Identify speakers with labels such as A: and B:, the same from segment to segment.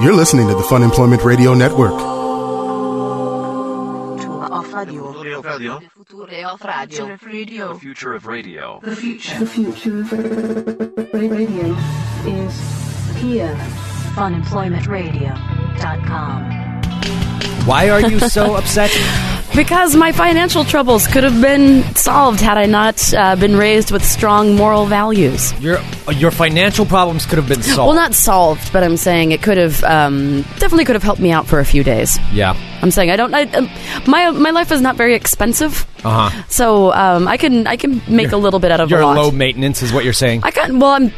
A: You're listening to the Fun Employment Radio Network.
B: Future of radio.
C: Audio Radio.
B: Future of radio.
C: The future of radio.
B: The future.
D: The future of radio is here.
B: Funemploymentradio.com.
E: Why are you so upset?
F: Because my financial troubles could have been solved had I not uh, been raised with strong moral values.
E: Your your financial problems could have been solved.
F: Well, not solved, but I'm saying it could have um, definitely could have helped me out for a few days.
E: yeah.
F: I'm saying I don't. I, um, my my life is not very expensive,
E: Uh huh.
F: so um, I can I can make a little bit out of
E: You're
F: a lot.
E: low maintenance, is what you're saying.
F: I can. Well, I'm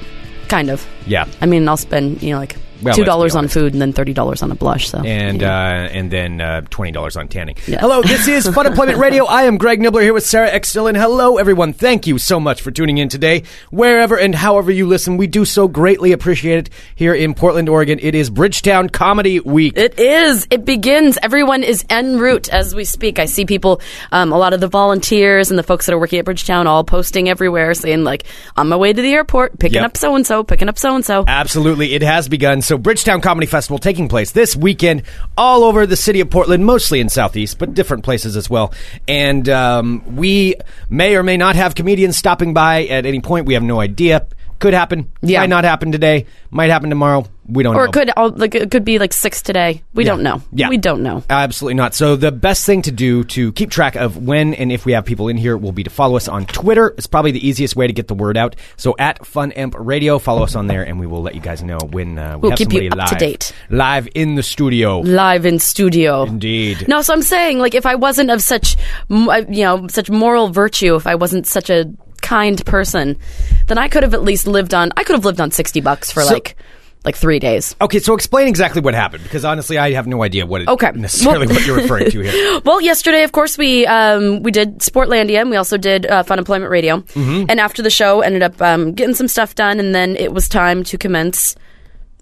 F: kind of.
E: yeah.
F: I mean, I'll spend you know like
E: Well,
F: two dollars on
E: let's be honest.
F: food and then thirty dollars on a blush. So
E: And
F: you know.
E: uh, and then uh, twenty dollars on tanning.
F: Yeah.
E: Hello, this is Fun Employment Radio. I am Greg Nibbler here with Sarah X Dillon. Hello, everyone. Thank you so much for tuning in today, wherever and however you listen. We do so greatly appreciate it here in Portland, Oregon. It is Bridgetown Comedy Week.
F: It is. It begins. Everyone is en route as we speak. I see people, um, a lot of the volunteers and the folks that are working at Bridgetown, all posting everywhere saying like, "On my way to the airport, picking
E: Yep.
F: up so and so, picking up so and so."
E: Absolutely, it has begun. So, Bridgetown Comedy Festival taking place this weekend all over the city of Portland, mostly in Southeast, but different places as well. And um, we may or may not have comedians stopping by at any point. We have no idea. Could happen.
F: Yeah.
E: Might not happen today. Might happen tomorrow. We don't know.
F: Or it could all, like it could be like six today. We don't
E: oh.
F: know.
E: Yeah.
F: we don't know.
E: Absolutely not. So the best thing to do to keep track of when and if we have people in here will be to follow us on Twitter. It's probably the easiest way to get the word out. So at Fun Amp Radio, follow us on there, and we will let you guys know when uh, we
F: We'll
E: have
F: keep
E: somebody
F: you up
E: live,
F: to date.
E: live in the studio.
F: Live in studio.
E: Indeed.
F: No, so I'm saying like if I wasn't of such, m- uh, you know, such moral virtue, if I wasn't such a kind person, then I could have at least lived on. I could have lived on sixty bucks for
E: So-
F: like, like three days.
E: Okay, so explain exactly what happened because honestly, I have no idea what it,
F: Okay.
E: necessarily
F: Well-
E: what you're referring to here.
F: Well, yesterday, of course, we um, we did Sportlandia, and we also did uh, Fun Employment Radio.
E: Mm-hmm.
F: And after the show, ended up um, getting some stuff done, and then it was time to commence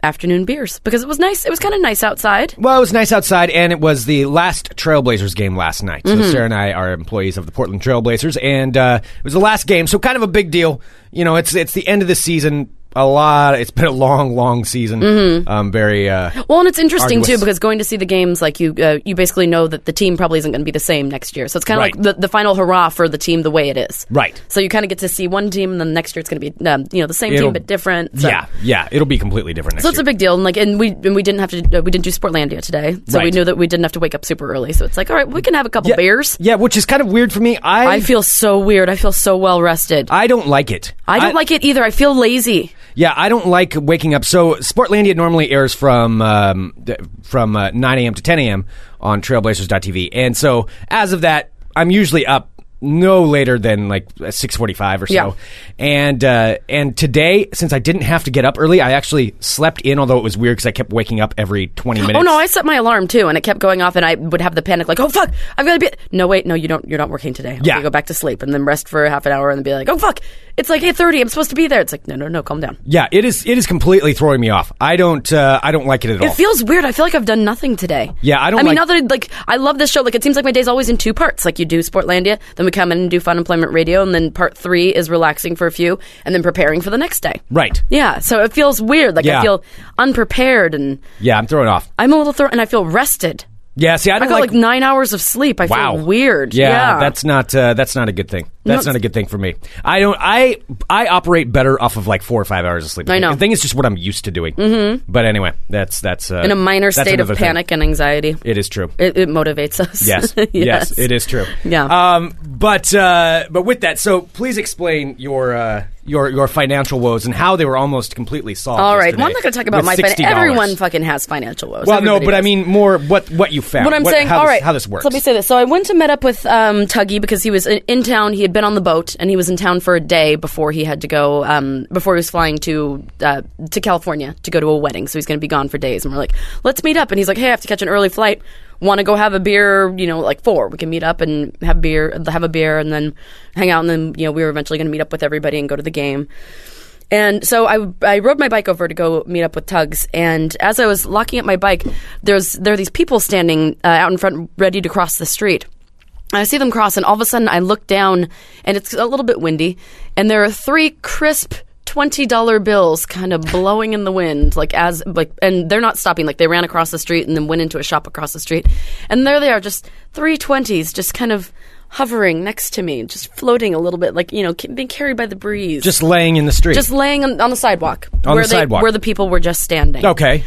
F: afternoon beers because it was nice. It was kind of nice outside.
E: Well, it was nice outside, and it was the last Trailblazers game last night.
F: Mm-hmm.
E: So Sarah and I are employees of the Portland Trailblazers, and uh, it was the last game, so kind of a big deal. You know, it's it's the end of the season. A lot. It's been a long, long season.
F: Mm-hmm.
E: Um, very. Uh,
F: Well, and it's interesting
E: Arduous.
F: too because going to see the games, like you, uh, you basically know that the team probably isn't going to be the same next year. So it's kind of
E: Right.
F: like the, the final hurrah for the team the way it is.
E: Right.
F: So you kind of get to see one team, and then next year it's going to be um, you know the same
E: It'll-
F: team but different. So.
E: yeah, yeah. It'll be completely different. Next
F: So it's
E: year.
F: a big deal, and like, and we and we didn't have to uh, we didn't do Sportlandia today, so we
E: Right.
F: knew that we didn't have to wake up super early. So it's like, all right, we can have a couple
E: yeah,
F: beers.
E: Yeah, which is kind of weird for me. I
F: I feel so weird. I feel so well rested. I,
E: I don't like it.
F: don't like it either. I feel lazy.
E: Yeah, I don't like waking up. So Sportlandia normally airs from um, th- from uh, 9 a.m. to 10 a.m. on Trailblazers.tv, and so as of that, I'm usually up no later than like 6:45 or so.
F: Yeah.
E: And uh, and today, since I didn't have to get up early, I actually slept in. Although it was weird because I kept waking up every 20 minutes.
F: Oh no, I set my alarm too, and it kept going off, and I would have the panic like, oh fuck, I've got to be. No wait, no, you don't. You're not working today. Okay,
E: Yeah.
F: go back to sleep and then rest for half an hour, and then be like, oh fuck, it's like eight thirty. I'm supposed to be there. It's like, no, no, no, calm down.
E: yeah, it is. It is completely throwing me off. I don't. Uh, I don't like it at all.
F: It feels weird. I feel like I've done nothing today.
E: Yeah, I don't
F: I mean,
E: like-
F: other like I love this show. Like it seems like my day's always in two parts. Like you do Sportlandia, then we come in and do Fun Employment Radio, and then part three is relaxing for a few, and then preparing for the next day.
E: right.
F: Yeah, so it feels weird. Like
E: Yeah.
F: I feel unprepared, and
E: Yeah, I'm thrown off.
F: I'm a little thrown, and I feel rested.
E: Yeah. See, I
F: I
E: don't
F: got like, nine hours of sleep. I
E: Wow.
F: feel weird.
E: Yeah,
F: Yeah,
E: that's not uh, that's not a good thing. That's
F: No,
E: not a good thing for me. I don't. I I operate better off of like four or five hours of sleep.
F: I know.
E: I think it's just what I'm used to doing. Mm-hmm. But anyway, that's that's uh,
F: in a minor state of
E: another thing.
F: panic and anxiety.
E: It is true.
F: It, it motivates us.
E: yes, yes, it is true.
F: Yeah.
E: Um. But uh. But with that, so please explain your uh your your financial woes and how they were almost completely solved.
F: All right.
E: yesterday
F: Well, I'm not going to talk about
E: with $60.
F: my financial. Everyone fucking has financial woes.
E: Well, no,
F: Everybody
E: but I
F: does.
E: mean more what what you found.
F: What I'm saying,
E: how
F: all
E: this,
F: right,
E: how this works.
F: So let me say this. So I went to met up with um, Tuggy because he was in, in town. He had been on the boat and he was in town for a day before he had to go. Um, before he was flying to uh, to California to go to a wedding, so he's going to be gone for days. And we're like, let's meet up. And he's like, hey, I have to catch an early flight. Want to go have a beer? You know, like four. We can meet up and have beer, have a beer, and then hang out. And then you know, we were eventually going to meet up with everybody and go to the game. And so I, I rode my bike over to go meet up with Tugs. And as I was locking up my bike, there's there are these people standing uh, out in front, ready to cross the street. And I see them cross, and all of a sudden I look down, and it's a little bit windy, and there are three crisp twenty dollar bills kind of blowing in the wind, like as like, and they're not stopping. Like they ran across the street and then went into a shop across the street, and there they are, just three twenties, just kind of hovering next to me, just floating a little bit, like you know, ca- being carried by the breeze,
E: Just laying in the street.
F: just laying on, on the sidewalk,
E: On
F: where
E: the
F: they,
E: sidewalk.
F: where the people were just standing.
E: okay.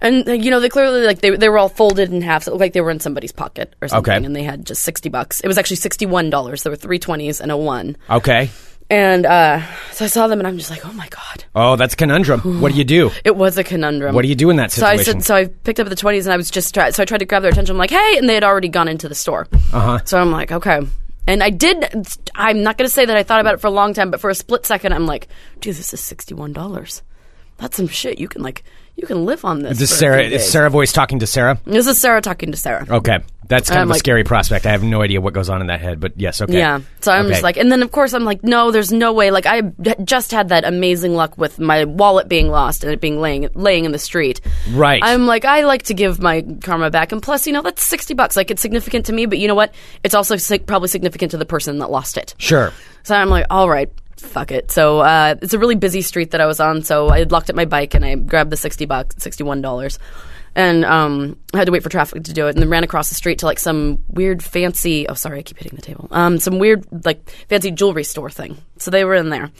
F: And uh, you know, they clearly like they they were all folded in half, so it looked like they were in somebody's pocket or something.
E: Okay.
F: And they had just sixty bucks. It was actually sixty one dollars. There were three twenties and a one.
E: Okay.
F: And uh, so I saw them, and I'm just like, oh my god,
E: Oh, that's a conundrum. what do you do?
F: it was a conundrum.
E: What do you do in that
F: So I
E: situation?
F: said, so I picked up the twenties, and I was just try- so I tried to grab their attention. I'm like, hey, and they had already gone into the store.
E: Uh-huh.
F: Uh huh. So I'm like, okay. And I did. I'm not going to say that I thought about it for a long time, but for a split second, I'm like, dude, this is sixty one dollars. That's some shit. You can like, you can live on this.
E: This
F: for a
E: is
F: few
E: Sarah. Is
F: days.
E: Sarah voice talking to Sarah?
F: This is Sarah talking to Sarah.
E: Okay, that's kind
F: I'm
E: of a
F: like-
E: scary prospect. I have no idea what goes on in that head, but yes, okay.
F: Yeah. So I'm
E: Okay.
F: just like, and then of course I'm like, no, there's no way. Like I had just had that amazing luck with my wallet being lost and it being laying laying in the street.
E: Right.
F: I'm like, I like to give my karma back, and plus, you know, that's sixty bucks. Like it's significant to me, but you know what? It's also sig- probably significant to the person that lost it.
E: sure.
F: So I'm like, all right, fuck it. So uh, it's a really busy street that I was on. So I locked up my bike and I grabbed the sixty bucks, sixty one dollars, and um, I had to wait for traffic to do it, and then ran across the street to like some weird fancy. Oh, sorry, I keep hitting the table. Um, some weird like fancy jewelry store thing. So they were in there,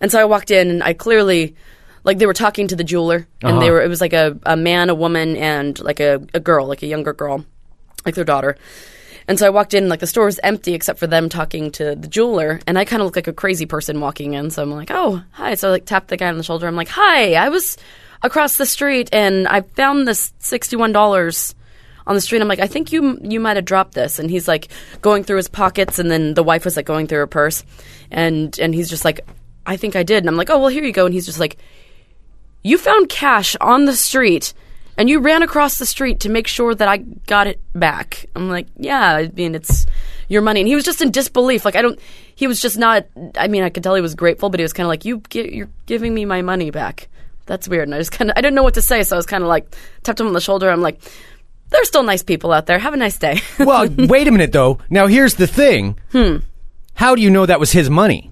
F: and so I walked in, and I clearly. Like they were talking to the jeweler, and they were. It was like a, a man, a woman, and like a, a girl, like a younger girl like their daughter. And so I walked in, like the store was empty except for them talking to the jeweler, and I kind of look like a crazy person walking in. So I'm like, "Oh, hi!" So I like tapped the guy on the shoulder. I'm like, "Hi, I was across the street and I found this sixty-one dollars on the street." I'm like, "I think you you might have dropped this," and he's like going through his pockets, and then the wife was like going through her purse, and and he's just like, "I think I did," and I'm like, "Oh, well, here you go," and he's just like, you found cash on the street and you ran across the street to make sure that I got it back. I'm like, yeah, I mean, it's your money. And he was just in disbelief. Like, I don't, he was just not, I mean, I could tell he was grateful, but he was kind of like, you gi- you're giving me my money back. That's weird. And I just kind of, I didn't know what to say. So I was kind of like, tapped him on the shoulder. I'm like, they're still nice people out there. Have a nice day.
E: Well, wait a minute though. Now here's the thing. Hmm. How do you know that was his money?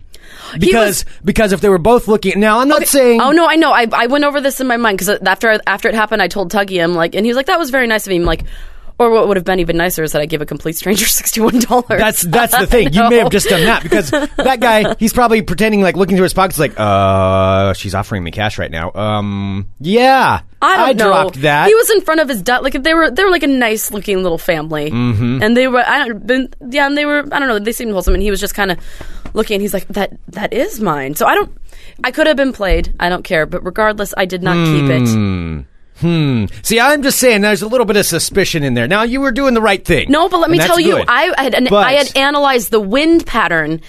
E: Because because if they were both looking now, I'm not saying.
F: Oh no, I know. I, I went over this in my mind because after after it happened, I told Tuggy, I'm like, and he was like, that was very nice of him. I'm like, or what would have been even nicer is that I give a complete stranger sixty one dollars.
E: That's that's the thing. You may have just done that because that guy, he's probably pretending like looking through his pockets, like, uh, she's offering me cash right now. Um, yeah,
F: I, don't know.
E: dropped that.
F: He was in front of his dad. Like they were, they were like a nice looking little family, mm-hmm. and they were. I don't. Been, yeah, and they were. I don't know. They seemed wholesome, and he was just kind of looking. and He's like, that that is mine. So I don't. I could have been played. I don't care. But regardless, I did not keep
E: Hmm.
F: it.
E: See, I'm just saying, there's a little bit of suspicion in there. Now you were doing the right thing.
F: No, but let
E: And
F: me
E: that's
F: tell you,
E: good.
F: I had an,
E: But
F: I had analyzed the wind pattern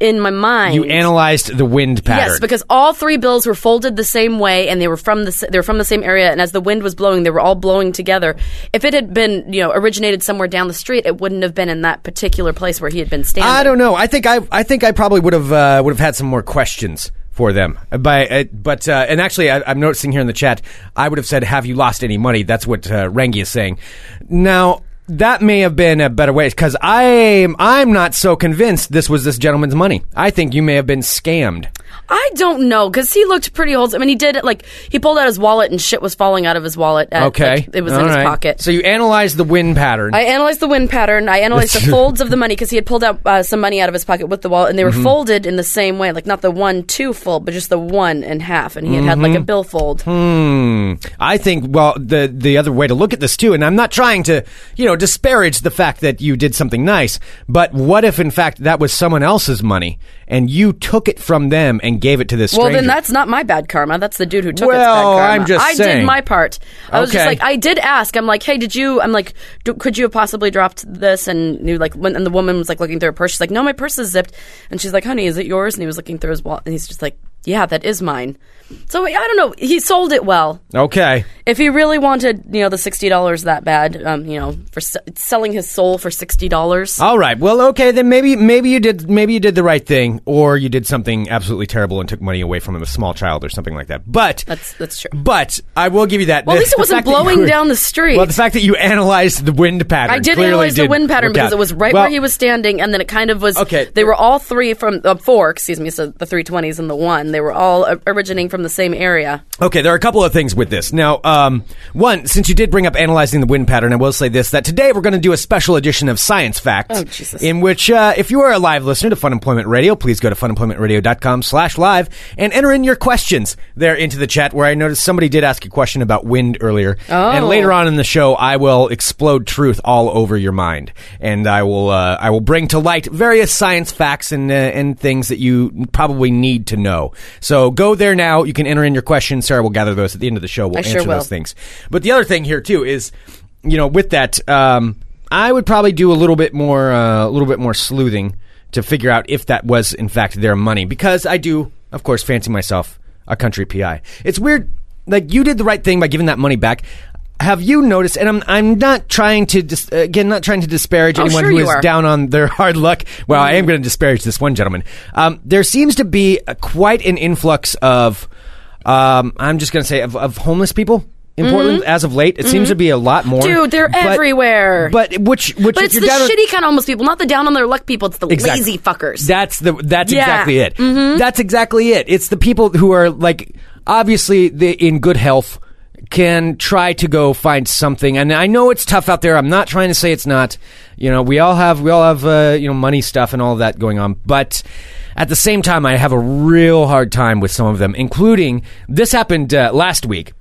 F: in my mind.
E: you analyzed the wind pattern.
F: Yes, because all three bills were folded the same way, and they were from the s- they were from the same area. And as the wind was blowing, they were all blowing together. If it had been you know originated somewhere down the street, it wouldn't have been in that particular place where he had been standing.
E: I don't know. I think I I think I probably would have uh, would have had some more questions for them. Uh, By uh, but uh, and actually, I, I'm noticing here in the chat, I would have said, "Have you lost any money?" That's what uh, Rangi is saying. Now that may have been a better way because I'm I'm not so convinced this was this gentleman's money. I think you may have been scammed.
F: I don't know because he looked pretty old. I mean, he did like he pulled out his wallet, and shit was falling out of his wallet. At,
E: Okay,
F: like, it was
E: All
F: in his
E: right.
F: pocket.
E: So you analyzed the wind pattern.
F: I analyzed the wind pattern. I analyzed the folds of the money because he had pulled out uh, some money out of his pocket with the wallet, and they were
E: Mm-hmm.
F: folded in the same way, like not the one two fold, but just the one and half. And he had had like a
E: Mm-hmm.
F: bill fold.
E: Hmm. I think well the the other way to look at this too, and I'm not trying to you know disparage the fact that you did something nice, but what if in fact that was someone else's money and you took it from them and gave it to this
F: Well,
E: stranger?
F: then that's not my bad karma. That's the dude who took his bad
E: Well,
F: karma.
E: I'm just
F: I
E: saying.
F: did my part. I was just
E: Okay.
F: like, I did ask. I'm like, hey, did you? I'm like, D- could you have possibly dropped this? And you like, when, and the woman was like looking through her purse. She's like, no, my purse is zipped. And she's like, honey, is it yours? And he was looking through his wallet, and he's just like, yeah, that is mine. So I don't know. He sold it well.
E: okay.
F: if he really wanted, you know, the sixty dollars that bad, um, you know, for s- selling his soul for sixty dollars,
E: All right. Well, okay. Then maybe maybe you did maybe you did the right thing, or you did something absolutely terrible and took money away from a small child or something like that. But
F: that's that's true.
E: but I will give you that.
F: Well, at least it
E: the
F: wasn't
E: fact that you
F: blowing
E: were-
F: down the street.
E: Well, the fact that you analyzed the wind pattern.
F: I did
E: clearly
F: analyze the
E: did
F: wind pattern
E: work
F: because
E: out.
F: it was right
E: Well,
F: where he was standing, and then it kind of was.
E: Okay.
F: They were all three from uh, four, excuse me, so the three twenties and the one. They were all uh, originating from the same area.
E: Okay, there are a couple of things with this. Now, um, one, since you did bring up analyzing the wind pattern, I will say this: that today we're going to do a special edition of Science Facts,
F: Oh, Jesus.
E: in which, uh, if you are a live listener to Fun Employment Radio, please go to funemploymentradio.com/live and enter in your questions there into the chat. Where I noticed somebody did ask a question about wind earlier,
F: Oh.
E: and later on in the show, I will explode truth all over your mind, and I will, uh, I will bring to light various science facts and uh, and things that you probably need to know. So go there now. You can enter in your questions. Sarah will gather those at the end of the show. We'll
F: I
E: answer
F: sure will.
E: those things. But the other thing here too is, you know, with that, um, I would probably do a little bit more, uh, a little bit more sleuthing to figure out if that was in fact their money, because I do, of course, fancy myself a country PI. It's weird. Like you did the right thing by giving that money back. Have you noticed? And I'm I'm not trying to dis- again not trying to disparage
F: Oh,
E: anyone
F: sure
E: who
F: you
E: is
F: are.
E: down down on their hard luck. Well, I am going to disparage this one gentleman. Um, there seems to be a, quite an influx of, um, I'm just going to say, of, of homeless people. In Portland, as of late, it seems to be a lot more.
F: Mm-hmm. Dude, they're
E: But-
F: everywhere.
E: But which, which,
F: But
E: if
F: it's
E: you're
F: the
E: down on-
F: shitty kind of homeless people, not the down on their luck people. It's the
E: Exactly.
F: lazy fuckers.
E: That's the that's
F: Yeah. Mm-hmm.
E: exactly it. That's exactly it. It's the people who are like obviously they in good health can try to go find something. And I know it's tough out there. I'm not trying to say it's not. You know, we all have we all have uh, you know money stuff and all of that going on, but at the same time I have a real hard time with some of them, including this happened uh, last week.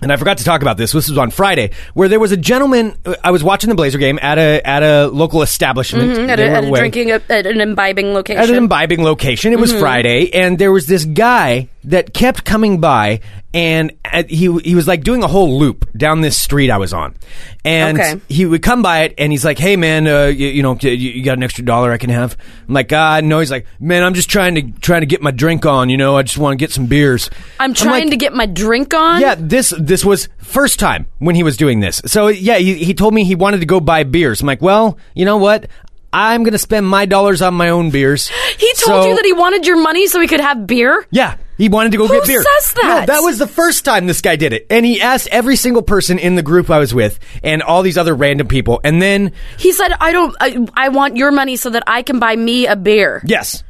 E: And I forgot to talk about this. This was on Friday, where there was a gentleman. uh, I was watching the Blazer game at a at a local establishment.
F: Mm-hmm, at,
E: They
F: a,
E: were
F: at a
E: away
F: drinking uh, at at an imbibing location. Mm-hmm.
E: at an imbibing location. It was Friday, and there was this guy that kept coming by, and uh, he he was like doing a whole loop down this street I was on, and
F: Okay.
E: he would come by it, and he's like, "Hey man, uh, you, you know, you, you got an extra dollar I can have?" I'm like, "Ah, no." He's like, "Man, I'm just trying to trying to get my drink on. You know, I just want to get some beers."
F: I'm trying
E: like-
F: to get my drink on.
E: Yeah, this this was first time when he was doing this. So yeah, he, he told me he wanted to go buy beers. I'm like, well, you know what? I'm gonna spend my dollars on my own beers.
F: He told
E: So-
F: you that he wanted your money so he could have beer.
E: yeah, he wanted to go
F: Who
E: get beer.
F: says that?
E: No, that was the first time this guy did it, and he asked every single person in the group I was with, and all these other random people, and then
F: He said, "I don't. I, I want your money so that I can buy me a beer."
E: yes,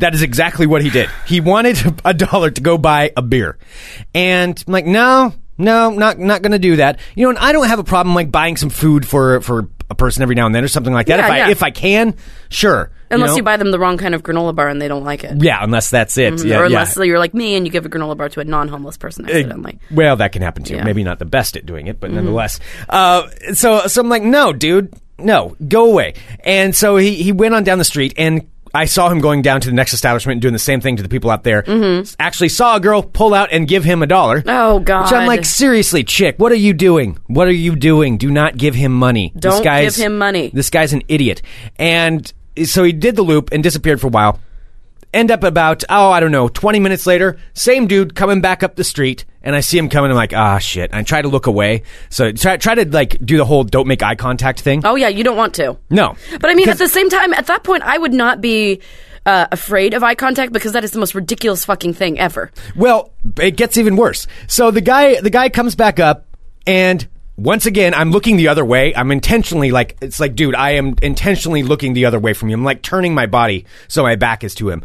E: that is exactly what he did. He wanted a dollar to go buy a beer, and I'm like, no, no, not not gonna do that. You know, and I don't have a problem like buying some food for for a person every now and then or something like that.
F: Yeah,
E: if I
F: yeah.
E: if I can, sure.
F: Unless you,
E: know?
F: buy them the wrong kind of granola bar and they don't like it.
E: Yeah, unless that's it. Yeah,
F: or
E: yeah.
F: unless you're like me and you give a granola bar to a non-homeless person accidentally.
E: Well, that can happen too.
F: Yeah. Mm-hmm.
E: Maybe not the best at doing it, but nonetheless. Uh, so, so I'm like, no, dude, no, go away. And so he, he went on down the street and. I saw him going down to the next establishment and doing the same thing to the people out there. Actually, saw a girl pull out and give him a dollar.
F: Mm-hmm. Oh,
E: Which I'm
F: God.
E: like, seriously, chick, what are you doing? What are you doing? Do not give him money. this
F: Don't
E: guy's,
F: give him money.
E: This guy's an idiot. And so he did the loop and disappeared for a while end up about oh I don't know twenty minutes later, same dude coming back up the street, and I see him coming. I'm like ah shit. I try to look away, so try try to like do the whole don't make eye contact thing.
F: Oh yeah, you don't want to.
E: No,
F: But I mean,
E: 'Cause-
F: at the same time, at that point, I would not be uh, afraid of eye contact because that is the most ridiculous fucking thing ever.
E: Well, it gets even worse. So the guy the guy comes back up and once again I'm looking the other way. I'm intentionally like it's like dude, I am intentionally looking the other way from you. I'm like turning my body so my back is to him.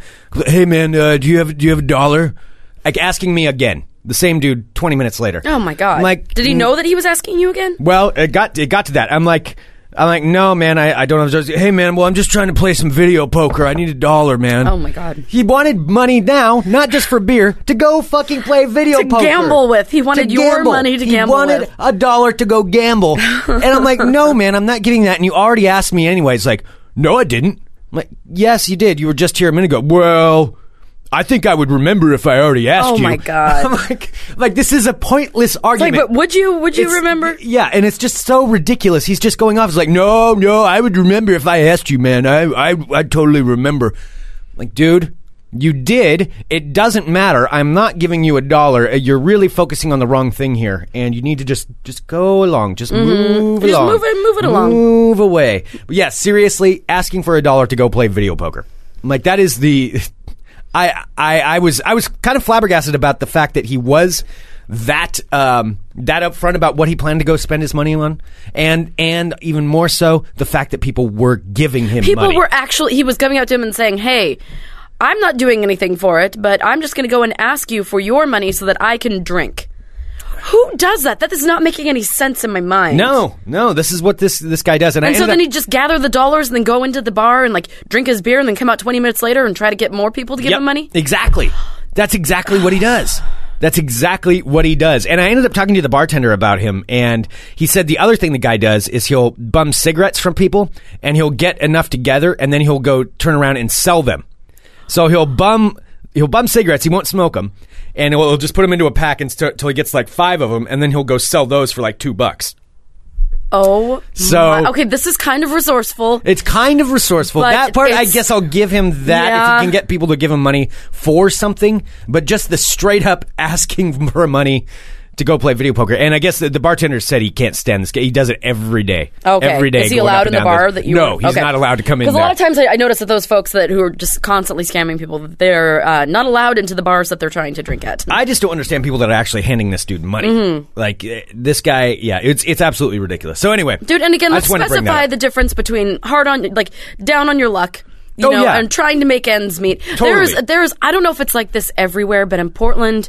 E: Hey man, uh, do you have do you have a dollar? Like asking me again. The same dude 20 minutes later.
F: Oh my god!
E: I'm like
F: did he know that he was asking you again?
E: Well, it got it got to that. I'm like, I'm like, no, man, I, I don't have those. Hey, man, well, I'm just trying to play some video poker. I need a dollar, man.
F: Oh, my God.
E: He wanted money now, not just for beer, to go fucking play video
F: To
E: poker.
F: gamble with. He wanted
E: To
F: your
E: gamble.
F: money to
E: He
F: gamble
E: wanted
F: with.
E: a dollar to go gamble, and I'm like, no, man, I'm not getting that. And you already asked me anyway. It's like, no, I didn't. I'm like, yes, you did. You were just here a minute ago. Well. I think I would remember if I already asked
F: Oh,
E: you.
F: my God.
E: I'm like, like this is a pointless
F: Like,
E: argument.
F: but would you? Would you
E: It's-
F: remember?
E: Yeah, and it's just so ridiculous. He's just going off. He's like, no, no, I would remember if I asked you, man. I, I, I totally remember. Like, dude, You did. It doesn't matter. I'm not giving you a dollar. Uh, You're really focusing on the wrong thing here, and you need to just just go along. Just move
F: Mm-hmm. Just
E: along.
F: move it- move it along.
E: Move away. But yeah, seriously, asking for a dollar to go play video poker. I'm like that is the. I I I was I was kind of flabbergasted about the fact that he was that um that upfront about what he planned to go spend his money on, and and even more so the fact that people were giving him
F: People
E: money.
F: were actually, he was coming up to him and saying, hey, I'm not doing anything for it, but I'm just going to go and ask you for your money so that I can drink. Who does that? That is not making any sense in my mind.
E: No, no. This is what this this guy does, and, I
F: And so
E: ended
F: then
E: up-
F: he'd just gather the dollars and then go into the bar and like drink his beer and then come out 20 minutes later and try to get more people to give
E: Yep,
F: him money.
E: Exactly. That's exactly what he does. That's exactly what he does. And I ended up talking to the bartender about him, and he said the other thing the guy does is he'll bum cigarettes from people, and he'll get enough together, and then he'll go turn around and sell them. So he'll bum he'll bum cigarettes. He won't smoke them, and he'll, he'll just put them into a pack until he gets like five of them, and then he'll go sell those for like two bucks.
F: Oh,
E: So-
F: my- okay, this is kind of resourceful.
E: It's kind of resourceful.
F: But
E: that part, I
F: it's-
E: guess I'll give him that
F: Yeah.
E: if he can get people to give him money for something, but just the straight up asking for money to go play video poker. And I guess the, the bartender said he can't stand this. guy. He does it every day.
F: Okay.
E: Every day.
F: Is he
E: going up
F: allowed in
E: and
F: the
E: down
F: bar that you?
E: No,
F: were-
E: he's
F: okay.
E: not allowed to come in
F: Because a
E: there.
F: lot of times I, I notice that those folks that who are just constantly scamming people, they're uh, not allowed into the bars that they're trying to drink at.
E: I just don't understand people that are actually handing this dude money.
F: Mm-hmm.
E: Like eh, this guy, yeah, it's it's absolutely ridiculous. So anyway,
F: Dude, and again,
E: I
F: let's
E: just wanted to bring that
F: specify
E: up.
F: the difference between hard on, like down on your luck. You
E: Oh,
F: know,
E: yeah.
F: and trying to make ends meet. There is,
E: Totally.
F: there is. I don't know if it's like this everywhere, but in Portland,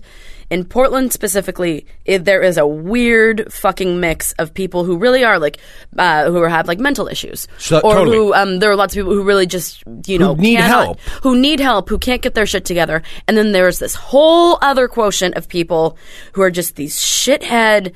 F: in Portland specifically, it, there is a weird fucking mix of people who really are like, uh, who have like mental issues,
E: Sure,
F: or
E: totally.
F: who um, there are lots of people who really just you know
E: need
F: cannot-
E: help.
F: who need help, who can't get their shit together. And then there's this whole other quotient of people who are just these shithead,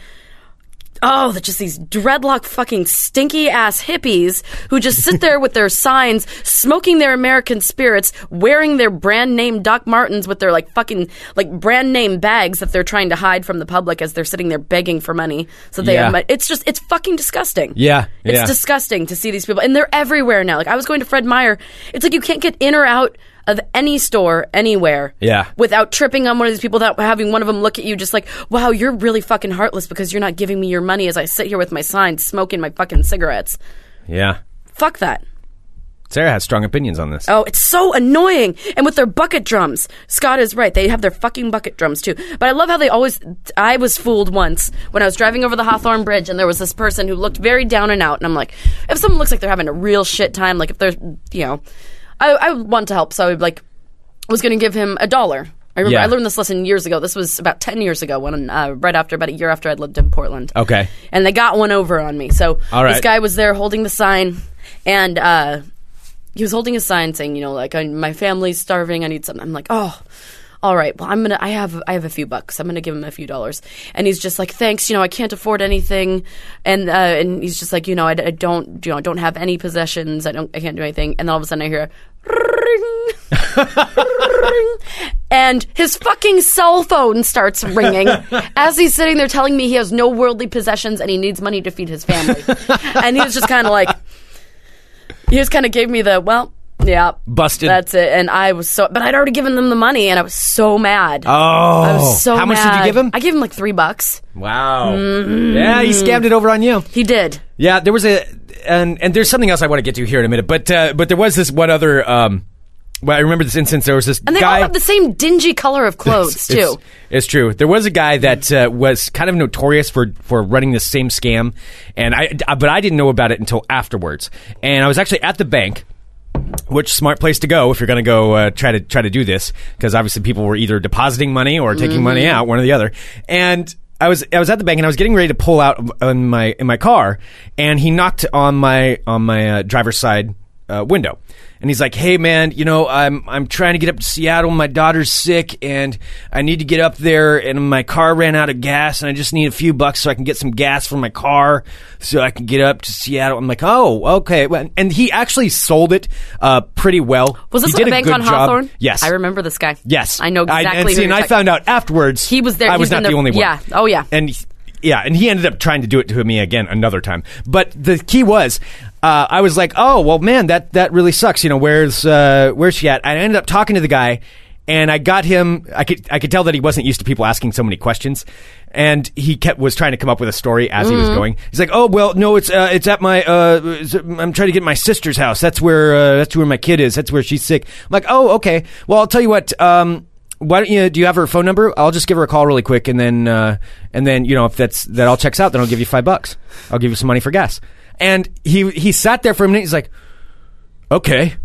F: oh, they're just these dreadlock fucking stinky ass hippies who just sit there with their signs, smoking their American spirits, wearing their brand name Doc Martens with their like fucking like brand name bags that they're trying to hide from the public as they're sitting there begging for money. So they
E: Yeah.
F: are. Mu- it's just it's fucking disgusting.
E: Yeah,
F: It's
E: yeah.
F: disgusting to see these people, and they're everywhere now. Like I was going to Fred Meyer, it's like you can't get in or out of any store anywhere.
E: Yeah.
F: Without tripping on one of these people, without having one of them look at you, just like, wow, you're really fucking heartless because you're not giving me your money as I sit here with my sign smoking my fucking cigarettes.
E: yeah,
F: Fuck that.
E: Sarah has strong opinions on this.
F: Oh, it's so annoying. And with their bucket drums. Scott is right. They have their fucking bucket drums too. But I love how they always. I was fooled once when I was driving over the Hawthorne Bridge and there was this person who looked very down and out. And I'm like, if someone looks like they're having a real shit time, like if they're, you know, I, I want to help. So I would like, was going to give him a dollar. I remember
E: Yeah.
F: I learned this lesson years ago. This was about 10 years ago, when, uh, right after, about a year after I'd lived in Portland
E: Okay.
F: and they got one over on me. So
E: All right.
F: this guy was there holding the sign, and uh, he was holding a sign saying, you know, like I, my family's starving, I need something. I'm like, oh. All right. Well, I'm gonna. I have. I have a few bucks. I'm gonna give him a few dollars. And he's just like, thanks. You know, I can't afford anything. And uh, and he's just like, you know, I, I don't. You know, I don't have any possessions. I don't. I can't do anything. And then all of a sudden, I hear. Ring. and his fucking cell phone starts ringing as he's sitting there telling me he has no worldly possessions and he needs money to feed his family. and he was just kind of like, he just kind of gave me the, well, yeah,
E: Busted.
F: that's it. And I was so, but I'd already given them the money and I was so mad.
E: Oh,
F: I was so
E: how much did
F: mad.
E: you give him?
F: I gave him like three bucks.
E: wow.
F: Mm-hmm.
E: Yeah, he scammed it over on you.
F: He did.
E: Yeah, there was a and and there's something else I want to get to here in a minute, but uh, but there was this one other. Um, well, I remember this instance. There was this
F: And they
E: guy.
F: all have the same dingy color of clothes,
E: It's-
F: too.
E: It's, it's true. There was a guy that uh, was kind of notorious for for running the same scam, and I, I- but I didn't know about it until afterwards. And I was actually at the bank. Which smart place to go if you're going to go uh, try to try to do this? Because obviously people were either depositing money or taking money
F: Mm-hmm.
E: out, one or the other. And I was I was at the bank and I was getting ready to pull out in my in my car, and he knocked on my on my uh, driver's side uh, window, and he's like, "Hey, man, you know, I'm I'm trying to get up to Seattle. My daughter's sick, and I need to get up there. And my car ran out of gas, and I just need a few bucks so I can get some gas for my car, so I can get up to Seattle." I'm like, "Oh, okay." Well, And he actually sold it uh, pretty well.
F: Was this
E: he did
F: a bank
E: good
F: on
E: job.
F: Hawthorne?
E: Yes,
F: I remember this guy.
E: Yes,
F: I know exactly.
E: and
F: who
E: see,
F: you're
E: and I
F: talking-
E: found out afterwards
F: He was there.
E: I
F: He's
E: was
F: been
E: not
F: there-
E: the only one.
F: yeah. Oh, yeah.
E: and he- yeah, and he ended up trying to do it to me again another time. But the key was, uh, I was like, oh well, man, that that really sucks. You know, where's uh, where's she at? And I ended up talking to the guy, and I got him. I could I could tell that he wasn't used to people asking so many questions, and he kept was trying to come up with a story as he was
F: Mm.
E: going. He's like, oh well, no, it's uh, it's at my uh, it's- I'm trying to get my sister's house. That's where uh, that's where my kid is. That's where she's sick. I'm like, oh okay. Well, I'll tell you what. Um, why don't you do you have her phone number? I'll just give her a call really quick, and then uh, and then you know if that's that all checks out, then I'll give you five bucks. I'll give you some money for gas. And he he sat there for a minute. He's like, okay,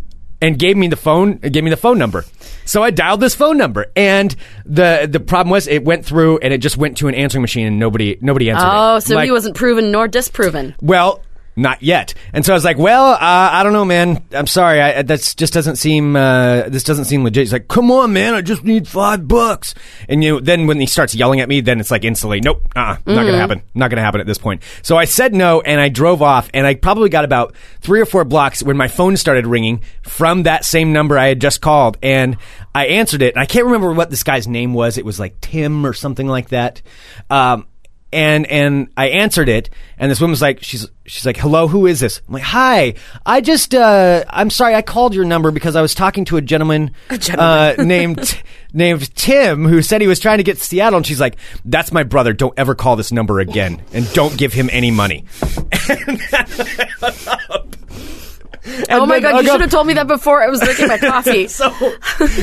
E: and gave me the phone gave me the phone number. So I dialed this phone number, and the the problem was it went through and it just went to an answering machine, and nobody nobody answered. it.
F: Oh, so
E: Like,
F: he wasn't proven nor disproven.
E: well. Not yet, and so I was like, "Well, uh, I don't know, man. I'm sorry. I, that just doesn't seem. Uh, this doesn't seem legit." He's like, "Come on, man. I just need five bucks." And you then when he starts yelling at me, then it's like instantly, "Nope, uh, not gonna happen. Not gonna happen at this point." So I said no, and I drove off, and I probably got about three or four blocks when my phone started ringing from that same number I had just called, and I answered it. And I can't remember what this guy's name was. It was like Tim or something like that. Um, and and I answered it, and this woman's like, she's she's like, "Hello, who is this?" I'm like, "Hi, I just, uh, I'm sorry, I called your number because I was talking to a gentleman, Uh, named named Tim who said he was trying to get to Seattle." And she's like, "That's my brother. Don't ever call this number again, and don't give him any money."
F: oh my
E: then
F: god,
E: hung
F: you should
E: up.
F: have told me that before I was drinking my coffee.
E: so,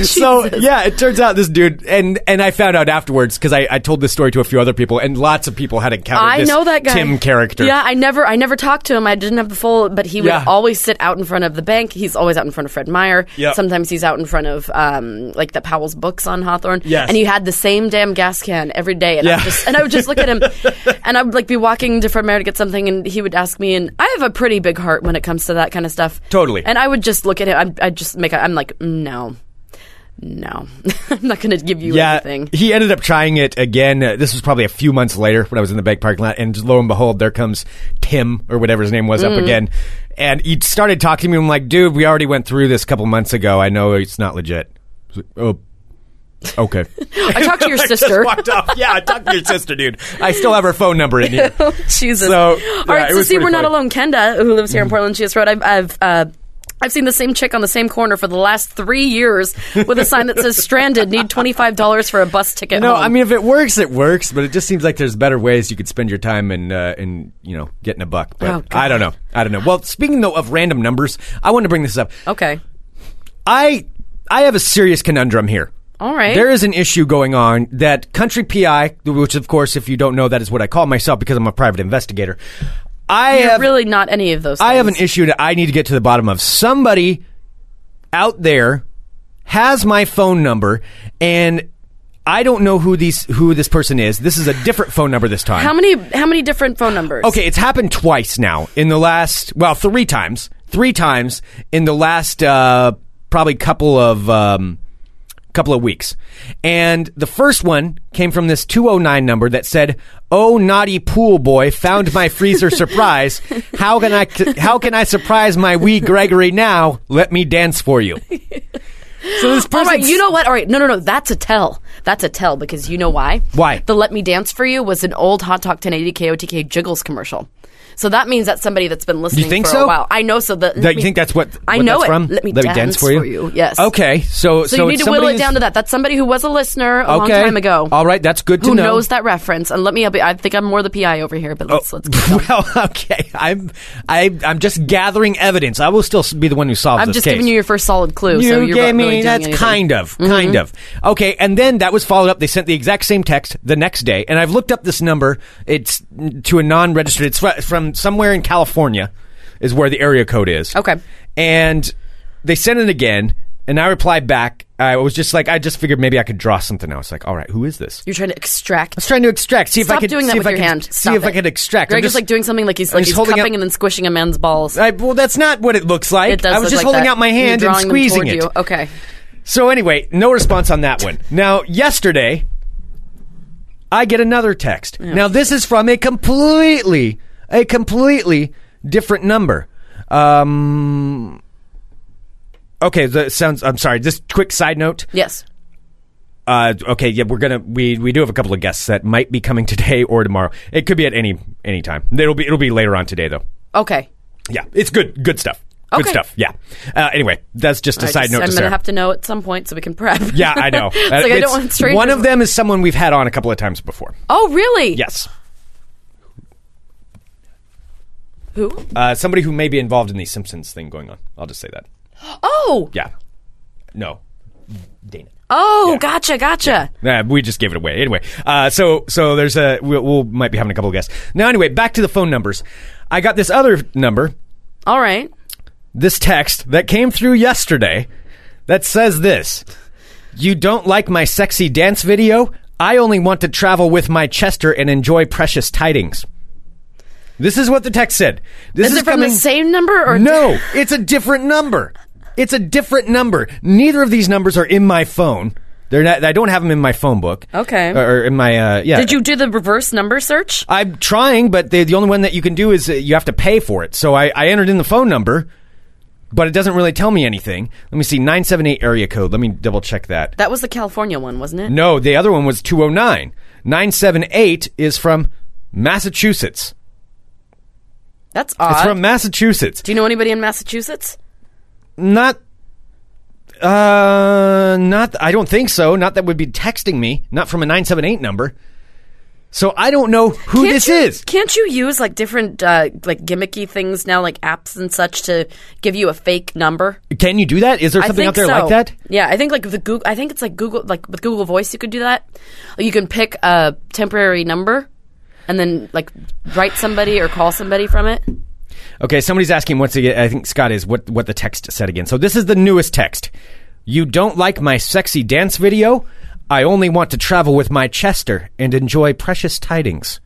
E: so yeah, it turns out this dude, and and I found out afterwards because I, I told this story to a few other people, and lots of people had encountered
F: I
E: this
F: know that guy.
E: Tim character.
F: Yeah, I never, I never talked to him. I didn't have the full, but he would
E: Yeah.
F: always sit out in front of the bank. He's always out in front of Fred Meyer.
E: Yep.
F: Sometimes he's out in front of um, like the Powell's Books on Hawthorne.
E: Yes.
F: And he had the same damn gas can every day, and I
E: Yeah.
F: just, and I would just look at him, and I would like be walking to Fred Meyer to get something, and he would ask me, and I have a pretty big heart when it comes to that kind of stuff.
E: Totally.
F: And I would just look at him. I'd, I'd just make. A, I'm like, "Mm, no. No, I'm not going to give you anything.
E: He ended up trying it again. Uh, this was probably a few months later when I was in the bank parking lot, and lo and behold, there comes Tim or whatever his name was
F: Mm.
E: up again. And he started talking to me. I'm like, dude, we already went through this a couple months ago. I know it's not legit. I was like, oh, okay.
F: I talked to your
E: I just
F: sister.
E: walked off. Yeah, I talked to your sister, dude. I still have her phone number in here.
F: Jesus.
E: So,
F: All
E: yeah,
F: right,
E: it
F: so
E: was
F: see,
E: pretty
F: we're not
E: funny. Mm-hmm.
F: alone. Kenda, who lives here in Portland, she just wrote, I've, I've, uh, I've seen the same chick on the same corner for the last three years with a sign that says stranded, need $25 for a bus ticket.
E: No,
F: home."
E: I mean if it works, it works. But it just seems like there's better ways you could spend your time and uh, and you know getting a buck. But
F: Oh, God.
E: I don't know. I don't know. Well, speaking though of random numbers, I want to bring this up.
F: Okay.
E: I I have a serious conundrum here.
F: All right.
E: There is an issue going on that Country PI, which of course, if you don't know, that is what I call myself because I'm a private investigator. I
F: You're
E: have
F: really not any of those
E: I have an
F: things.
E: issue that I need to get to the bottom of. Somebody out there has my phone number and I don't know who these who this person is. This is a different phone number this time.
F: How many, how many different phone numbers?
E: Okay, it's happened twice now in the last, well, three times. Three times in the last uh, probably couple of um, couple of weeks. And the first one came from this 209 number that said, "Oh naughty pool boy, found my freezer surprise. How can I how can I surprise my wee Gregory now? Let me dance for you." So this
F: All
E: person
F: right, you know what? All right, no, no, no. That's a tell. That's a tell because you know why?
E: Why?
F: The "Let Me Dance for You" was an old Hot Talk 1080 KOTK Jiggles commercial. So that means that's somebody that's been listening
E: You think
F: for
E: so?
F: a while. I know. So the,
E: that you think that's what,
F: I
E: what
F: know
E: that's
F: it.
E: from?
F: Let me, dance, for, you. Yes.
E: Okay. So
F: So, you need
E: it's
F: to will
E: somebody
F: it down
E: who's-
F: to that. That's somebody who was a listener a long
E: okay.
F: time ago.
E: All right, that's good to
F: who
E: know. Oh.
F: knows that reference? And let me. I think I'm more the PI over here, but let's let's.
E: well, okay. I'm I, I'm just gathering evidence. I will still be the one who solves
F: I'm
E: this
F: just
E: case.
F: giving you your first solid clue.
E: You
F: so you're
E: gave
F: not
E: me
F: really doing
E: that's
F: anything. Mm-hmm.
E: kind of kind of okay. And then that was followed up. They sent the exact same text the next day, and I've looked up this number. It's to a non-registered. It's fr- from somewhere in California, is where the area code is.
F: Okay.
E: and they sent it again, and I replied back. I was just like, I just figured maybe I could draw something else. Like, all right, who is this?
F: You're trying to extract.
E: I was trying to extract. See if I
F: Stop
E: could
F: doing that
E: see
F: with
E: if I
F: your
E: could-
F: hand.
E: See
F: Stop
E: if I
F: it.
E: could extract. I'm
F: Greg is
E: just-
F: like doing something like he's
E: I'm
F: like
E: just
F: he's
E: holding
F: cupping
E: up-
F: and then squishing a man's balls.
E: I, well, that's not what it looks like.
F: it does
E: I was
F: look
E: just
F: like
E: holding
F: that.
E: out my
F: You're
E: hand and
F: drawing them
E: squeezing
F: toward
E: it.
F: You. Okay.
E: So anyway, no response on that one. Now, yesterday, I get another text. Now, this is from a completely, a completely different number. Um, okay, that sounds. I'm sorry. Just quick side note.
F: Yes.
E: Uh, okay, yeah, we're gonna we we do have a couple of guests that might be coming today or tomorrow. It could be at any any time. It'll be it'll be later on today though.
F: Okay.
E: Yeah, it's good. Good stuff. Good
F: Okay.
E: stuff. Yeah. Uh, anyway, that's just a
F: I
E: side
F: just-
E: note to
F: I'm going
E: Sarah.
F: to have to know at some point so we can prep.
E: yeah, I know.
F: it's
E: Uh,
F: like I
E: it's-
F: don't want strangers.
E: One of them is someone we've had on a couple of times before.
F: Oh, really?
E: Yes.
F: Who?
E: Uh, somebody who may be involved in the Simpsons thing going on. I'll just say that.
F: Oh.
E: Yeah. No. Dana.
F: Oh,
E: Yeah.
F: gotcha, gotcha.
E: Nah, we just gave it away anyway. Uh, so so there's a we'll, we'll might be having a couple of guests now. Anyway, back to the phone numbers. I got this other number,
F: All right.
E: this text that came through yesterday that says this: "You don't like my sexy dance video? I only want to travel with my Chester and enjoy precious tidings." This is what the text said. This
F: Is,
E: is
F: it from
E: coming-
F: the same number or
E: no, it's a different number. It's a different number. Neither of these numbers are in my phone. They're not. I don't have them in my phone book.
F: Okay.
E: Or, or in my uh, yeah.
F: Did you do the reverse number search?
E: I'm trying, but the the only one that you can do is uh, you have to pay for it. So I, I entered in the phone number, but it doesn't really tell me anything. Let me see nine seven eight area code. Let me double check that.
F: That was the California one, wasn't it?
E: No, the other one was 209. 978 is from Massachusetts.
F: That's
E: It's
F: odd.
E: from Massachusetts.
F: do you know anybody in Massachusetts?
E: Not. Uh, not. I don't think so. Not that would be texting me. Not from a nine seven eight number. So I don't know who
F: Can't
E: this
F: you-
E: is.
F: Can't you use like different uh, like gimmicky things now, like apps and such, to give you a fake number?
E: Can you do that? Is there something
F: I
E: out
F: think
E: there
F: so.
E: like that?
F: Yeah, I think like the Google. I think it's like Google, like with Google Voice, you could do that. Like, You can pick a temporary number and then like write somebody or call somebody from it.
E: Okay, somebody's asking once again. I think Scott is what what the text said again. So this is the newest text. You don't like my sexy dance video? I only want to travel with my Chester and enjoy precious tidings.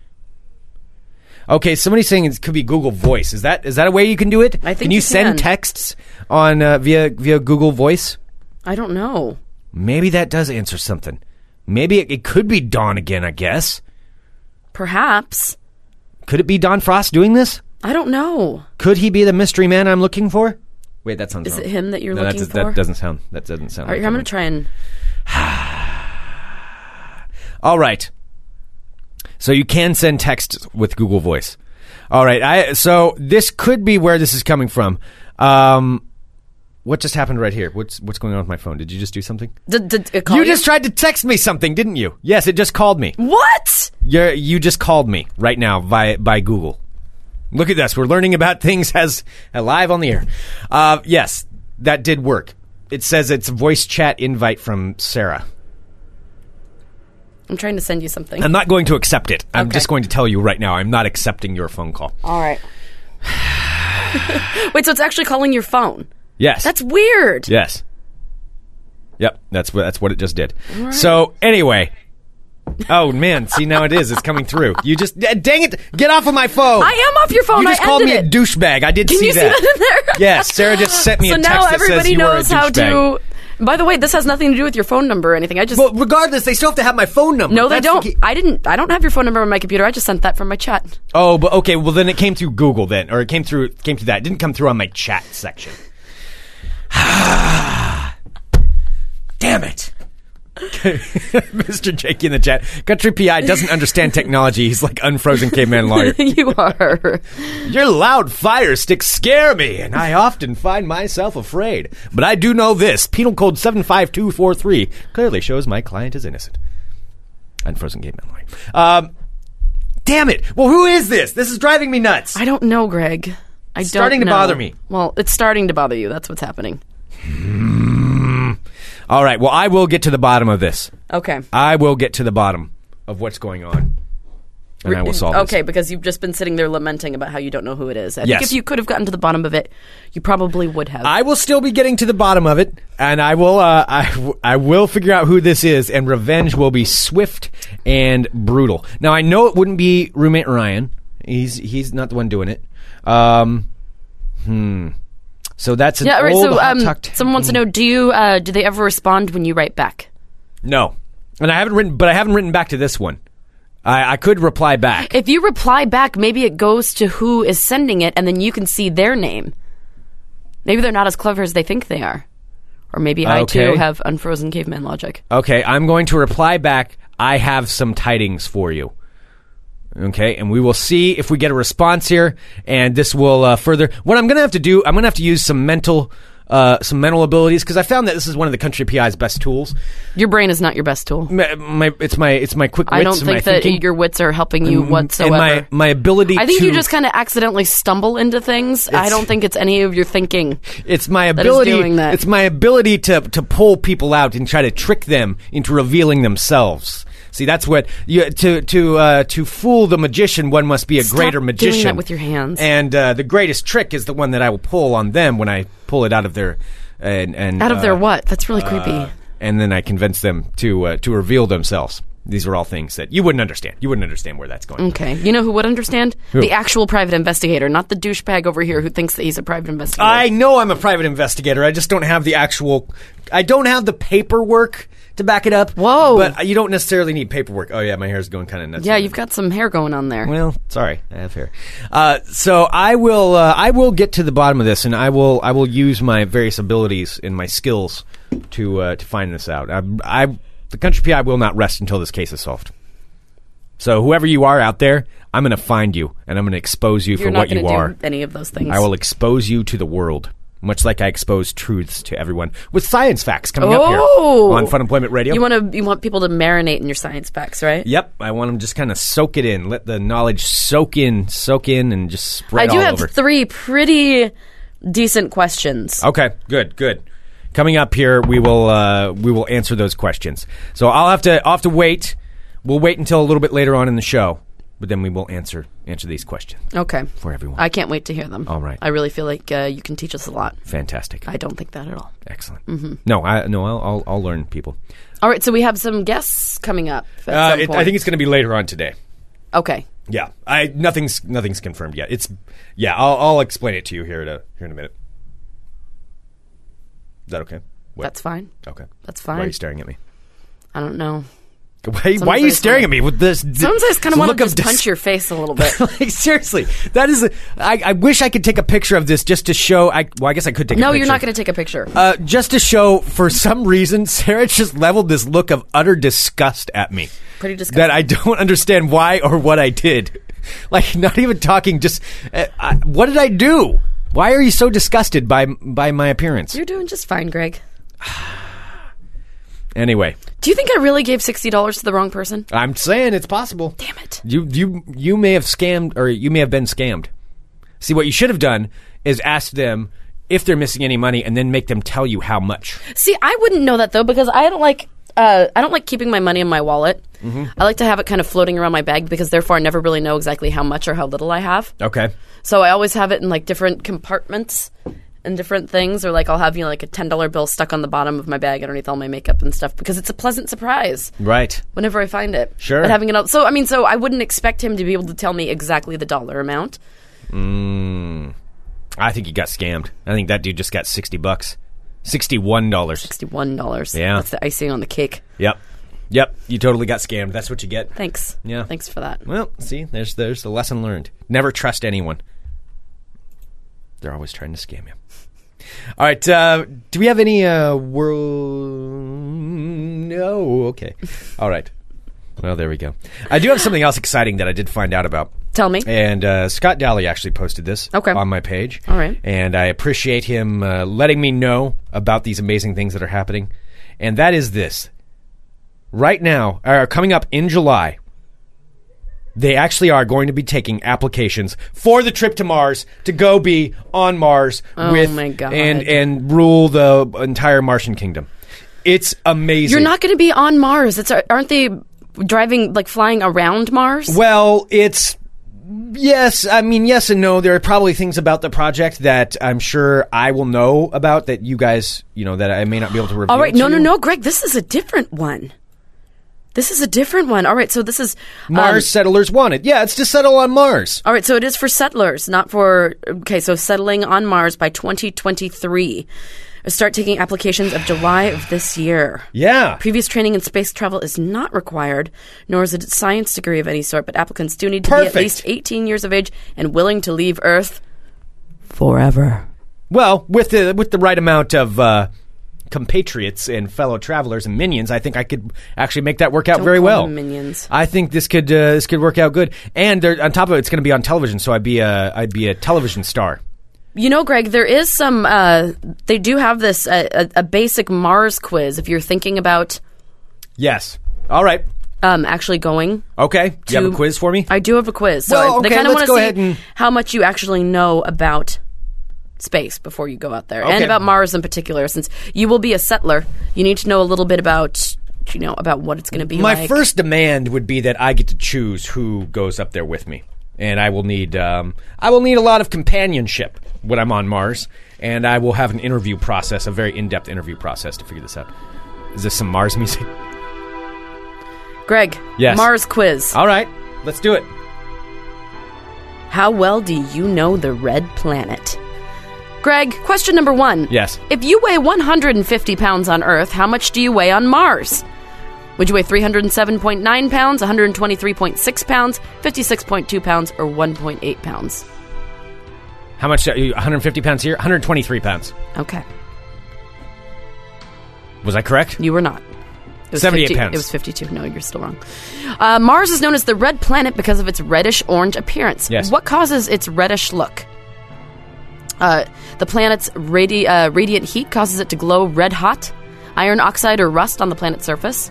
E: Okay, somebody's saying it could be Google Voice. Is that is that a way you can do it?
F: I think
E: can you,
F: you
E: send
F: can.
E: texts on uh, via via Google Voice?
F: I don't know.
E: Maybe that does answer something. Maybe it, it could be Dawn again. I guess.
F: Perhaps
E: Could it be Don Frost doing this?
F: I don't know.
E: Could he be the mystery man I'm looking for? Wait, that sounds.
F: Is
E: wrong.
F: it him that you're
E: No, that,
F: looking
E: does,
F: for?
E: that doesn't sound. That doesn't sound.
F: All right,
E: like
F: here, I'm
E: him.
F: gonna try and.
E: All right. So you can send texts with Google Voice. All right. I so this could be where this is coming from. Um, what just happened right here? What's what's going on with my phone? Did you just do something?
F: Did, did it call
E: you just tried to text me something, didn't you? Yes, it just called me.
F: what?
E: You you just called me right now by by Google. Look at this. We're learning about things as live on the air. Uh, yes, that did work. It says it's a voice chat invite from Sarah.
F: I'm trying to send you something.
E: I'm not going to accept it. I'm
F: Okay. Oh.
E: just going to tell you right now. I'm not accepting your phone call.
F: All right. Wait, so it's actually calling your phone.
E: Yes.
F: That's weird.
E: yes. Yep. That's what that's what it just did. So anyway. Oh man! See now it is. It's coming through. You just d- dang it! Get off of my phone.
F: I am off your phone.
E: You just
F: I
E: called me
F: ended
E: a
F: it.
E: douchebag. I did
F: Can
E: see
F: you see
E: that.
F: that in there?
E: Yes, Sarah just sent me
F: so
E: a text
F: now
E: that says
F: everybody
E: you are a
F: knows how
E: douchebag.
F: to. By the way, this has nothing to do with your phone number or anything. I just
E: Well, regardless, they still have to have my phone number.
F: no, they
E: That's the
F: don't.
E: key-
F: I didn't. I don't have your phone number on my computer. I just sent that from my chat.
E: Oh, but okay. Well, then it came through Google, then, or it came through came through that. It didn't come through on my chat section. Damn it. Mr. Jakey in the chat. Country PI doesn't understand technology. He's like unfrozen caveman lawyer.
F: you are.
E: Your loud fire sticks scare me, and I often find myself afraid. But I do know this penal code 75243 clearly shows my client is innocent. Unfrozen game line. Um, damn it. Well, who is this? This is driving me nuts.
F: I don't know, Greg. I don't
E: starting to
F: know.
E: bother me.
F: Well, it's starting to bother you. That's what's happening.
E: All right. Well, I will get to the bottom of this.
F: Okay.
E: I will get to the bottom of what's going on. And I will solve this.
F: Okay, because you've just been sitting there lamenting about how you don't know who it is. I
E: Yes.
F: think if you could have gotten to the bottom of it, you probably would have.
E: I will still be getting to the bottom of it, and I will uh, I, w- I will figure out who this is, and revenge will be swift and brutal. Now I know it wouldn't be roommate Ryan. He's he's not the one doing it. Um, hmm. So that's an
F: yeah, right.
E: old
F: So,
E: hot Mm-hmm.
F: um,
E: tucked-
F: someone wants to know: Do you uh, do they ever respond when you write back?
E: no, and I haven't written, but I haven't written back to this one. I, I could reply back.
F: If you reply back, maybe it goes to who is sending it, and then you can see their name. Maybe they're not as clever as they think they are. Or maybe I
E: Okay.
F: too have unfrozen caveman logic.
E: Okay, I'm going to reply back. I have some tidings for you. Okay, and we will see if we get a response here, and this will uh, further. What I'm going to have to do, I'm going to have to use some mental, uh, some mental abilities because I found that this is one of the country PI's best tools.
F: Your brain is not your best tool.
E: My, my- it's my, it's my quick. Wits
F: I don't
E: and
F: think
E: my
F: that
E: thinking, Mm,
F: your wits are helping you whatsoever.
E: And my, my ability.
F: I think
E: to,
F: you just kind of accidentally stumble into things. I
E: It's-
F: don't think it's any of your thinking.
E: It's my
F: is
E: ability.
F: doing that.
E: It's my ability to to pull people out and try to trick them into revealing themselves. See, that's what you, to to uh, to fool the magician. One must be a
F: Stop
E: greater
F: doing
E: magician.
F: that with your hands.
E: And uh, the greatest trick is the one that I will pull on them when I pull it out of their and, and
F: Out of
E: uh,
F: their what? That's really creepy.
E: and then I convince them to uh, to reveal themselves. These are all things that you wouldn't understand. You wouldn't understand where that's going.
F: Okay. You know who would understand? The actual private investigator, not the douchebag over here who thinks that he's a private investigator.
E: I know I'm a private investigator. I just don't have the actual. I don't have the paperwork to back it up.
F: Whoa.
E: But you don't necessarily need paperwork. Oh yeah, my hair's going kind of nuts.
F: yeah, you've got some hair going on there.
E: Well, sorry, I have hair. Uh, so I will. Uh, I will get to the bottom of this, and I will. I will use my various abilities and my skills to uh, to find this out. I, I, the country PI will not rest until this case is solved. So whoever you are out there, I'm going to find you, and I'm going to expose you
F: You're
E: for
F: not
E: what
F: going
E: you
F: to
E: are.
F: do any of those things.
E: I will expose you to the world, much like I expose truths to everyone with science facts coming up here
F: Oh!
E: on Fun Employment Radio.
F: You want to? You want people to marinate in your science facts, right?
E: yep, I want them just kind of soak it in, let the knowledge soak in, soak in, and just
F: I
E: spread
F: do
E: all
F: have
E: over.
F: three pretty decent questions.
E: okay, good, good. Coming up here, we will uh, we will answer those questions. So I'll have to I'll have to wait. We'll wait until a little bit later on in the show, but then we will answer answer these questions
F: Okay.
E: Oh. for everyone.
F: I can't wait to hear them.
E: All right.
F: I really feel like uh, you can teach us a lot.
E: Fantastic,
F: I Mm-hmm. don't think that at all.
E: excellent. No, I no, I'll I'll, I'll learn people.
F: All right, so we have some guests coming up. At
E: Uh,
F: some
E: it,
F: point.
E: I think it's going to be later on today.
F: okay.
E: Yeah, I nothing's nothing's confirmed yet. It's yeah, I'll, I'll explain it to you here in a here in a minute. Is that okay? What?
F: That's fine.
E: okay.
F: That's
E: Why are you
F: fine.
E: staring at me?
F: I don't know.
E: Why, why are
F: Sometimes I
E: you
F: just
E: staring
F: wanna-
E: at me with this? d-
F: Sometimes I just kind of want
E: look
F: to just
E: dis-
F: punch your face a little bit.
E: like seriously, that is. A, I, I wish I could take a picture of this just to show. I well, I guess I could take. a
F: no,
E: picture.
F: you're not going to take a picture.
E: Uh, just to show, for some reason, Sarah just leveled this look of utter disgust at me.
F: Pretty disgusting.
E: That I don't understand why or what I did. Like, not even talking. Just, uh, I, what did I do? Why are you so disgusted by by my appearance?
F: you're doing just fine, Greg.
E: Anyway,
F: Do you think I really gave sixty dollars to the wrong person?
E: I'm saying it's possible.
F: Damn it.
E: You you you may have scammed or you may have been scammed. See, what you should have done is ask them if they're missing any money, and then make them tell you how much.
F: See, I wouldn't know that though because I don't like uh, I don't like keeping my money in my wallet.
E: Mm-hmm.
F: I like to have it kind of floating around my bag because therefore I never really know exactly how much or how little I have.
E: Okay.
F: So I always have it in like different compartments and different things, or like I'll have you know, like a ten dollar bill stuck on the bottom of my bag underneath all my makeup and stuff because it's a pleasant surprise
E: Right.
F: whenever I find it.
E: Sure.
F: But having it all, so I mean, so I wouldn't expect him to be able to tell me exactly the dollar amount.
E: I think he got scammed. I think that dude just got sixty bucks, sixty-one dollars.
F: Sixty-one dollars.
E: Yeah.
F: That's the icing on the cake.
E: Yep, yep. You totally got scammed. That's what you get.
F: Thanks.
E: Yeah.
F: Thanks for that.
E: Well, see, there's there's the lesson learned. Never trust anyone. They're always trying to scam you. All right. Uh, do we have any uh, world? No. Okay. All right. Well, there we go. I do have something else exciting that I did find out about.
F: Tell me.
E: And uh, Scott Daly actually posted this
F: Okay.
E: on my page.
F: All right.
E: And I appreciate him uh, letting me know about these amazing things that are happening. And that is this. Right now, or coming up in July, they actually are going to be taking applications for the trip to Mars to go be on Mars with
F: Oh my God.
E: and and rule the entire Martian kingdom. It's amazing.
F: You're not going to be on Mars. It's aren't they driving like flying around Mars?
E: Well, it's yes. I mean, yes and no. There are probably things about the project that I'm sure I will know about that you guys, you know, that I may not be able to reveal.
F: All right,
E: to
F: no, no,
E: you.
F: no, Greg, this is a different one. This is a different one. All right, so this is um, Uh,
E: Mars settlers wanted. Yeah, it's to settle on Mars.
F: all right, so it is for settlers, not for okay. So settling on Mars by 2023. Start taking applications of July of this year.
E: Yeah.
F: Previous training in space travel is not required, nor is it a science degree of any sort. But applicants do need to be
E: Perfect.
F: at least 18 years of age and willing to leave Earth forever.
E: Well, with the with the right amount of uh, compatriots and fellow travelers and minions, I think I could actually make that work out
F: Don't
E: very
F: call
E: well.
F: them minions.
E: I think this could uh, this could work out good. And there, on top of it, it's going to be on television, so I'd be a I'd be a television star.
F: You know, Greg, there is some. Uh, they do have this uh, a, a basic Mars quiz if you're thinking about
E: Yes. All right.
F: um, actually going.
E: Okay. Do you have a
F: to-
E: quiz for me?
F: I do have a quiz, so
E: Well,
F: I, they
E: okay,
F: kind of
E: let's
F: want
E: go
F: to see
E: ahead and-
F: how much you actually know about space before you go out there, and
E: Okay.
F: about Mars in particular, since you will be a settler. You need to know a little bit about you know about what it's going to be.
E: My
F: like.
E: first demand would be that I get to choose who goes up there with me, and I will need um, I will need a lot of companionship when I'm on Mars, and I will have an interview process, a very in depth interview process to figure this out. Is this some Mars music?
F: Greg,
E: Yes. Uh
F: Mars quiz.
E: All right, let's do it.
F: How well do you know the red planet? Greg, question number one.
E: Yes.
F: If you weigh 150 pounds on Earth, how much do you weigh on Mars? Would you weigh 307.9 pounds, 123.6 pounds, 56.2 pounds, or 1.8 pounds?
E: How much? Are you, 150 pounds here. 123 pounds.
F: Okay.
E: Was I correct?
F: You were not. It was
E: 78
F: 50
E: pounds.
F: It was 52. No, you're still wrong. Uh, Mars is known as the red planet because of its reddish orange appearance.
E: Yes.
F: What causes its reddish look? Uh, the planet's radi- uh, radiant heat causes it to glow red hot. Iron oxide or rust on the planet's surface.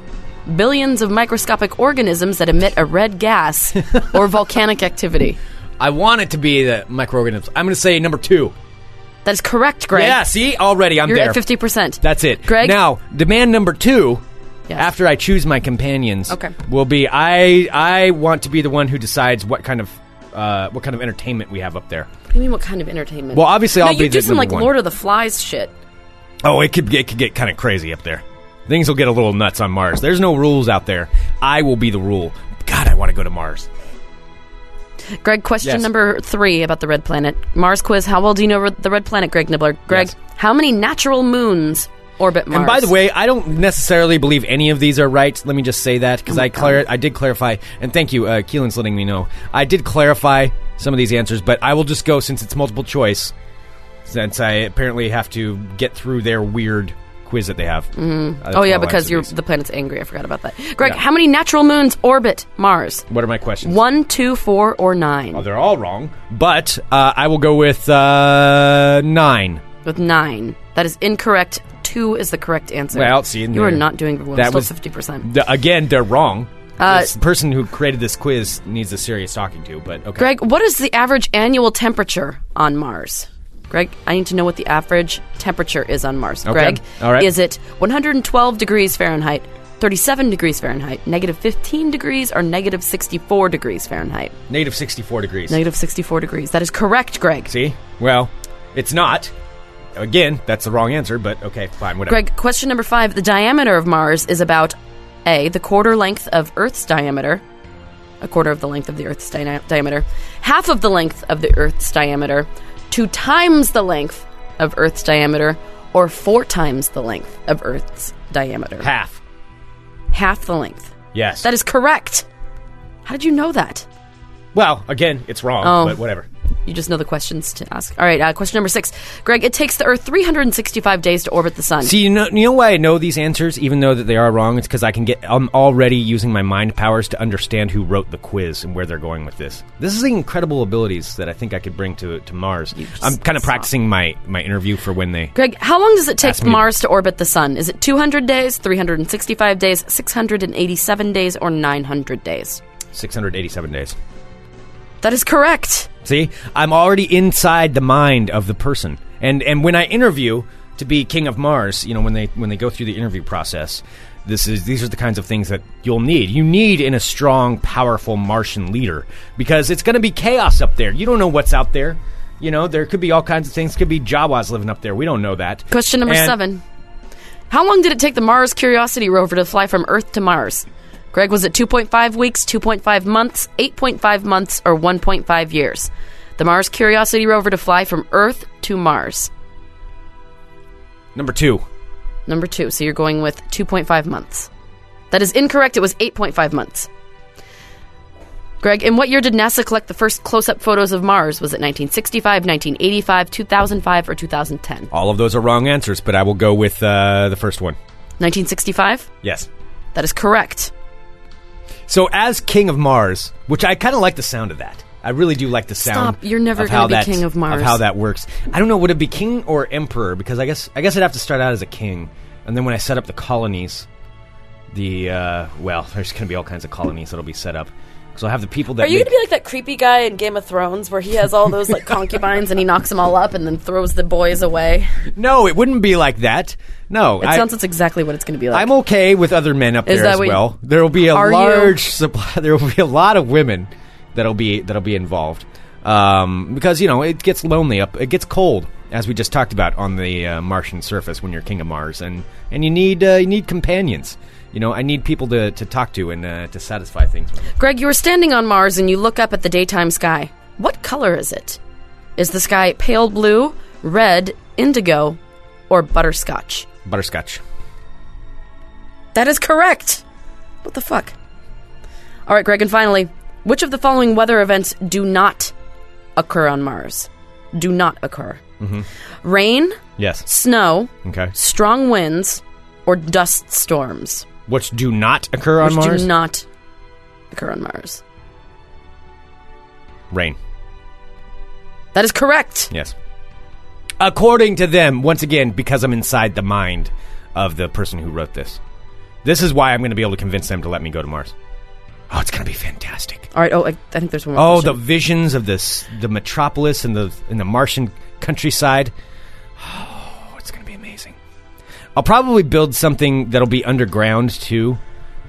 F: Billions of microscopic organisms that emit a red gas or volcanic activity.
E: I want it to be the microorganisms. I'm going to say number two.
F: That is correct, Greg.
E: Yeah. See, already I'm
F: You're
E: there.
F: at 50%.
E: That's it.
F: Greg?
E: Now, demand number two.
F: Yes.
E: After I choose my companions,
F: Okay.
E: will be I. I want to be the one who decides what kind of uh, what kind of entertainment we have up there.
F: I mean, what kind of entertainment?
E: Well, obviously,
F: no,
E: I'll
F: you
E: be
F: do
E: the
F: some
E: number
F: like
E: one.
F: Lord of the Flies shit.
E: oh, it could get- it could get kind of crazy up there. Things will get a little nuts on Mars. There's no rules out there. I will be the rule. God, I want to go to Mars.
F: Greg, question
E: Yes.
F: number three about the red planet. Mars quiz. How well do you know the red planet, Greg Nibbler? Greg,
E: Yes.
F: how many natural moons orbit Mars?
E: And by the way, I don't necessarily believe any of these are right. Let me just say that because I clar- I did clarify, and thank you, uh, Keelan's letting me know. I did clarify some of these answers, but I will just go since it's multiple choice, since I apparently have to get through their weird quiz that they have. Mm.
F: oh yeah, because you're the planet's angry. I forgot about that. Greg,
E: Yeah.
F: how many natural moons orbit Mars?
E: What are my questions?
F: One, two, four, or nine?
E: Well, they're all wrong, but uh, I will go with uh, nine.
F: With nine, that is incorrect. Two is the correct answer.
E: Well, see,
F: you are not doing very well.
E: that
F: Still
E: was-
F: fifty percent.
E: The- again, they're wrong.
F: Uh,
E: this person who created this quiz needs a serious talking to, but okay.
F: Greg, what is the average annual temperature on Mars? Greg, I need to know what the average temperature is on Mars.
E: Okay.
F: Greg,
E: All right.
F: is it 112 degrees Fahrenheit, 37 degrees Fahrenheit, negative 15 degrees, or negative 64 degrees Fahrenheit?
E: Negative 64 degrees.
F: Negative 64 degrees. That is correct, Greg.
E: See? Well, it's not. Again, that's the wrong answer, but okay, fine, whatever.
F: Greg, question number five. The diameter of Mars is about A, the quarter length of Earth's diameter, a quarter of the length of the Earth's dia- diameter, half of the length of the Earth's diameter, two times the length of Earth's diameter, or four times the length of Earth's diameter.
E: half.
F: half the length.
E: Yes.
F: That is correct. How did you know that?
E: Well, again, it's wrong,
F: Oh.
E: but whatever.
F: You just know the questions to ask. All right, uh, question number six. Greg, it takes the Earth 365 days to orbit the sun.
E: See, you know, you know why I know these answers, even though that they are wrong? It's because I can get. I'm already using my mind powers to understand who wrote the quiz and where they're going with this. This is the incredible abilities that I think I could bring to to Mars.
F: just
E: I'm kind of
F: suck.
E: practicing my my interview for when they.
F: Greg, how long does it
E: Ask
F: take
E: me.
F: Mars to orbit the sun? Is it 200 days, 365 days, 687 days, or 900 days?
E: 687 days.
F: That is correct.
E: See, I'm already inside the mind of the person, and and when I interview to be King of Mars, you know, when they when they go through the interview process, this is these are the kinds of things that you'll need. You need in a strong, powerful Martian leader because it's going to be chaos up there. You don't know what's out there. You know, there could be all kinds of things. Could be Jawas living up there. We don't know that.
F: Question number
E: And-
F: seven. How long did it take the Mars Curiosity rover to fly from Earth to Mars? Greg, was it 2.5 weeks, 2.5 months, 8.5 months, or 1.5 years? The Mars Curiosity rover to fly from Earth to Mars.
E: Number two.
F: Number two. So you're going with 2.5 months. That is incorrect. It was 8.5 months. Greg, in what year did NASA collect the first close up photos of Mars? Was it 1965, 1985, 2005, or 2010?
E: All of those are wrong answers, but I will go with uh, the first one.
F: 1965?
E: Yes.
F: That is correct.
E: So as King of Mars, which I kind of like the sound of that. I really do like the sound.
F: Stop. You're never
E: of how
F: gonna be
E: that-
F: King of Mars.
E: how that works. I don't know. Would it be king or emperor? Because I guess I guess I'd have to start out as a king, and then when I set up the colonies, the uh, well, there's going to be all kinds of colonies that'll be set up. So I have the people that
F: Are you
E: make-
F: going to be like that creepy guy in Game of Thrones where he has all those like concubines and he knocks them all up and then throws the boys away?
E: no, it wouldn't be like that. No,
F: It
E: I,
F: sounds that's exactly what it's going to be like.
E: I'm okay with other men up
F: Is
E: there
F: that
E: as
F: what you-
E: well. There will be a
F: Are you-
E: large supply. There will be a lot of women that'll be that'll be involved um, because you know it gets lonely up. It gets cold as we just talked about on the uh, Martian surface when you're king of Mars, and and you need uh, you need companions. You know, I need people to, to talk to and uh, to satisfy things. With.
F: Greg, you were standing on Mars and you look up at the daytime sky. What color is it? Is the sky pale blue, red, indigo, or butterscotch?
E: Butterscotch.
F: That is correct. What the fuck? All right, Greg, and finally, which of the following weather events do not occur on Mars? Do not occur.
E: Mm-hmm.
F: Rain,
E: Yes.
F: snow,
E: Okay.
F: strong winds, or dust storms,
E: Which do not occur on
F: which
E: Mars?
F: do not occur on Mars.
E: Rain.
F: That is correct.
E: Yes. According to them, once again, because I'm inside the mind of the person who wrote this, this is why I'm going to be able to convince them to let me go to Mars. Oh, it's going to be fantastic.
F: All right. Oh, I, I think there's one. More
E: Oh, the
F: question.
E: visions of this, the metropolis and the and the Martian countryside. Oh, it's going to be amazing. I'll probably build something that'll be underground too.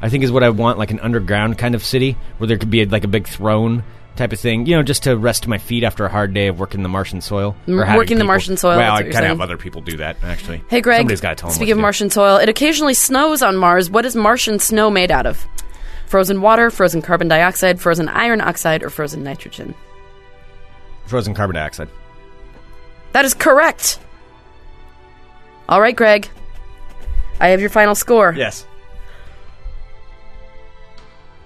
E: I think is what I want, like an underground kind of city where there could be like a big throne type of thing. You know, just to rest my feet after a hard day of working the Martian soil.
F: M-
E: Or having
F: working the
E: people-
F: Martian soil,
E: Well,
F: that's
E: I
F: what you're
E: kind of
F: saying.
E: have other people do that actually.
F: Hey, Greg.
E: somebody's got to tell them. what
F: Speaking of
E: to do.
F: Martian soil, it occasionally snows on Mars. What is Martian snow made out of? Frozen water, frozen carbon dioxide, frozen iron oxide, or frozen nitrogen?
E: frozen carbon dioxide.
F: That is correct. All right, Greg. I have your final score.
E: Yes.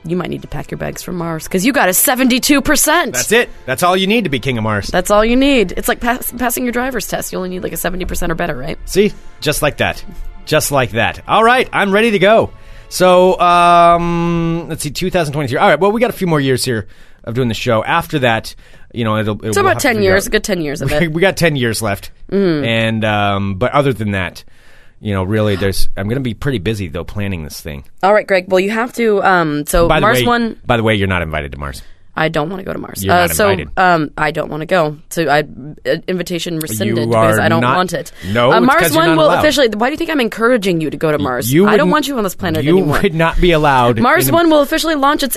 F: You might need to pack your bags for Mars because you got a 72%.
E: That's it. That's all you need to be king of Mars.
F: That's all you need. It's like pass- passing your driver's test. You only need like a 70% or better, right?
E: See, just like that, just like that. All right, I'm ready to go. So, um, let's see, 2023. All right, well, we got a few more years here of doing the show. After that, you know, it'll, it'll
F: It's about 10 years, a good Mm-hmm. 10 years of it.
E: we got 10 years left, and um, but other than that, you know, really, there's I'm going to be pretty busy though planning this thing.
F: All right, Greg. Well, you have to. Um, so
E: By
F: Mars
E: the way,
F: one,
E: By the way, you're not invited to Mars.
F: I don't want to go to Mars.
E: You're
F: uh,
E: not
F: so
E: invited.
F: um, I don't want to go. So I uh, invitation rescinded
E: You
F: because
E: are
F: I don't
E: not-
F: want it.
E: No,
F: uh,
E: it's
F: Mars
E: 'cause you're
F: one
E: not
F: will
E: allowed.
F: officially. Why do you think I'm encouraging you to go to Mars?
E: You
F: I don't
E: wouldn't-
F: want you on this planet
E: You
F: anymore.
E: would not be allowed.
F: Mars
E: in-
F: one will officially launch its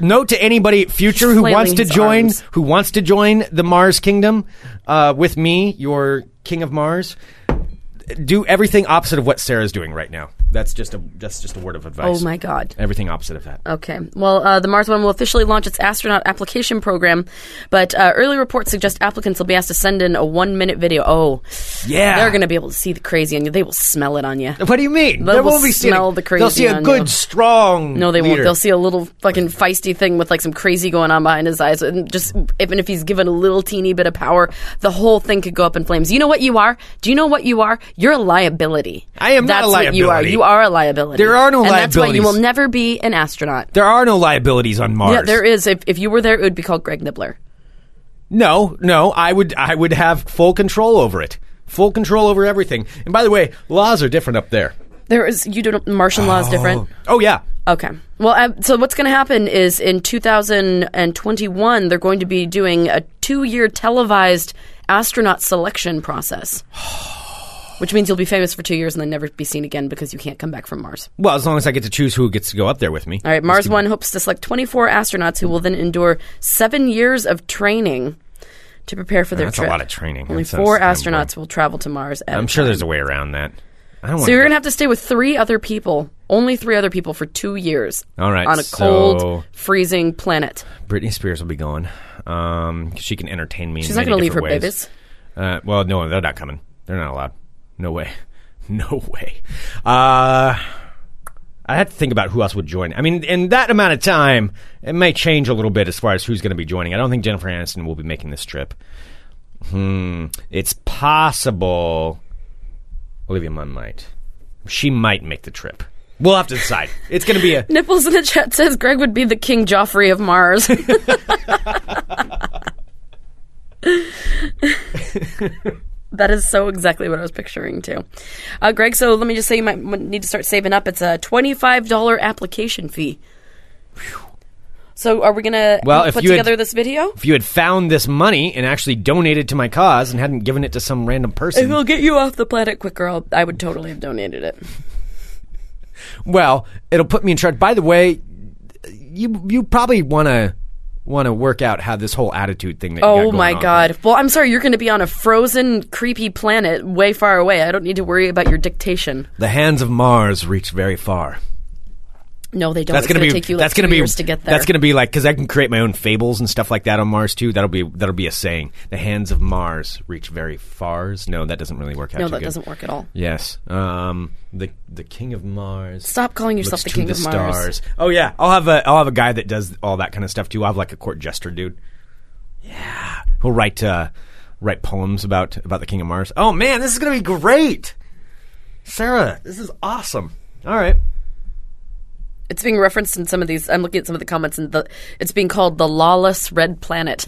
E: note to anybody future who
F: Flailing
E: wants to
F: his
E: join
F: arms.
E: who wants to join the Mars Kingdom uh, with me, your King of Mars. Do everything opposite of what Sarah's doing right now. That's just a that's just a word of advice.
F: Oh my God.
E: Everything opposite of that.
F: Okay. Well, uh, the Mars One will officially launch its astronaut application program, but uh, early reports suggest applicants will be asked to send in a one-minute video. Oh,
E: yeah,
F: they're going to be able to see the crazy on you. They will smell it on you.
E: What do you mean?
F: They
E: They
F: will
E: won't be seeing
F: smell
E: it.
F: the crazy
E: They'll see a
F: on
E: good,
F: you.
E: strong.
F: No, they won't.
E: leader.
F: They'll see a little fucking feisty thing with like some crazy going on behind his eyes, and just even if he's given a little teeny bit of power, the whole thing could go up in flames. You know what you are? Do you know what you are? You're a liability.
E: I am not
F: That's
E: a
F: what you are.
E: liability.
F: You are a liability.
E: There are no
F: and That's why you
E: liabilities.
F: will never be an astronaut.
E: There are no liabilities on Mars.
F: Yeah, there is. If, if you were there, it would be called Greg Nibbler.
E: No, no, I would I would have full control over it. Full control over everything. And by the way, laws are different up there.
F: There is you don't Martian law is different.
E: Oh yeah.
F: Okay. Well, um, so what's going to happen is in 2021 they're going to be doing a 2-year televised astronaut selection process. Which means you'll be famous for 2 years and then never be seen again because you can't come back from Mars.
E: Well, as long as I get to choose who gets to go up there with me.
F: All right, Mars 1 hopes to select 24 astronauts who will then endure 7 years of training to prepare for their
E: That's a
F: trip.
E: lot of training.
F: Only
E: That sounds
F: 4
E: kinda
F: astronauts will travel to Mars at
E: I'm
F: a
E: sure
F: time.
E: there's a way around that. I don't
F: So you're gonna have to stay with three other people, only three other people for two years.
E: All right,
F: on a
E: so-
F: cold, freezing planet.
E: Britney Spears will be going. Um, 'cause she can entertain me.
F: She's
E: in
F: not
E: many
F: gonna leave her
E: different ways.
F: babies.
E: Uh, well, no, they're not coming. They're not allowed. No way. No way. Uh, I had to think about who else would join. I mean, in that amount of time, it may change a little bit as far as who's going to be joining. I don't think Jennifer Aniston will be making this trip. Hmm, it's possible Olivia Munn might. She might make the trip. We'll have to decide. It's going to be a
F: Nipples in the chat says Greg would be the King Joffrey of Mars. that is so exactly what I was picturing too. Uh, Greg, so let me just say you might m- need to start saving up. It's a twenty-five dollar application fee. So are we gonna
E: Well, if
F: put
E: you had-
F: together this video?
E: if you had found this money and actually donated to my cause and hadn't given it to some random
F: If
E: person.
F: it'll get you off the planet quicker, I'll, I would totally have donated it.
E: Well, it'll put me in charge. By the way, you you probably want to want to work out how this whole attitude thing that you got
F: Oh
E: going
F: my
E: on.
F: god. Well, I'm sorry, you're going to be on a frozen, creepy planet way far away. I don't need to worry about your dictation.
E: The hands of Mars reach very far.
F: No, they don't.
E: That's
F: Oh, It's
E: gonna be
F: take you like
E: that's
F: two
E: gonna be
F: years to get there.
E: that's gonna be like because I can create my own fables and stuff like that on Mars too. That'll be that'll be a saying. The hands of Mars reach very fars. No, that doesn't really work out.
F: no,
E: too
F: that
E: good.
F: doesn't work at all.
E: Yes, um, the the king of Mars.
F: Stop calling yourself
E: looks
F: the
E: to
F: king of Mars.
E: stars. Oh yeah, I'll have a I'll have a guy that does all that kind of stuff too. I'll have like a court jester dude. Yeah, who'll write uh, write poems about about the king of Mars. Oh man, this is gonna be great, Sarah. This is awesome. All right.
F: It's being referenced in some of these. I'm looking at some of the comments, and the it's being called the lawless red planet.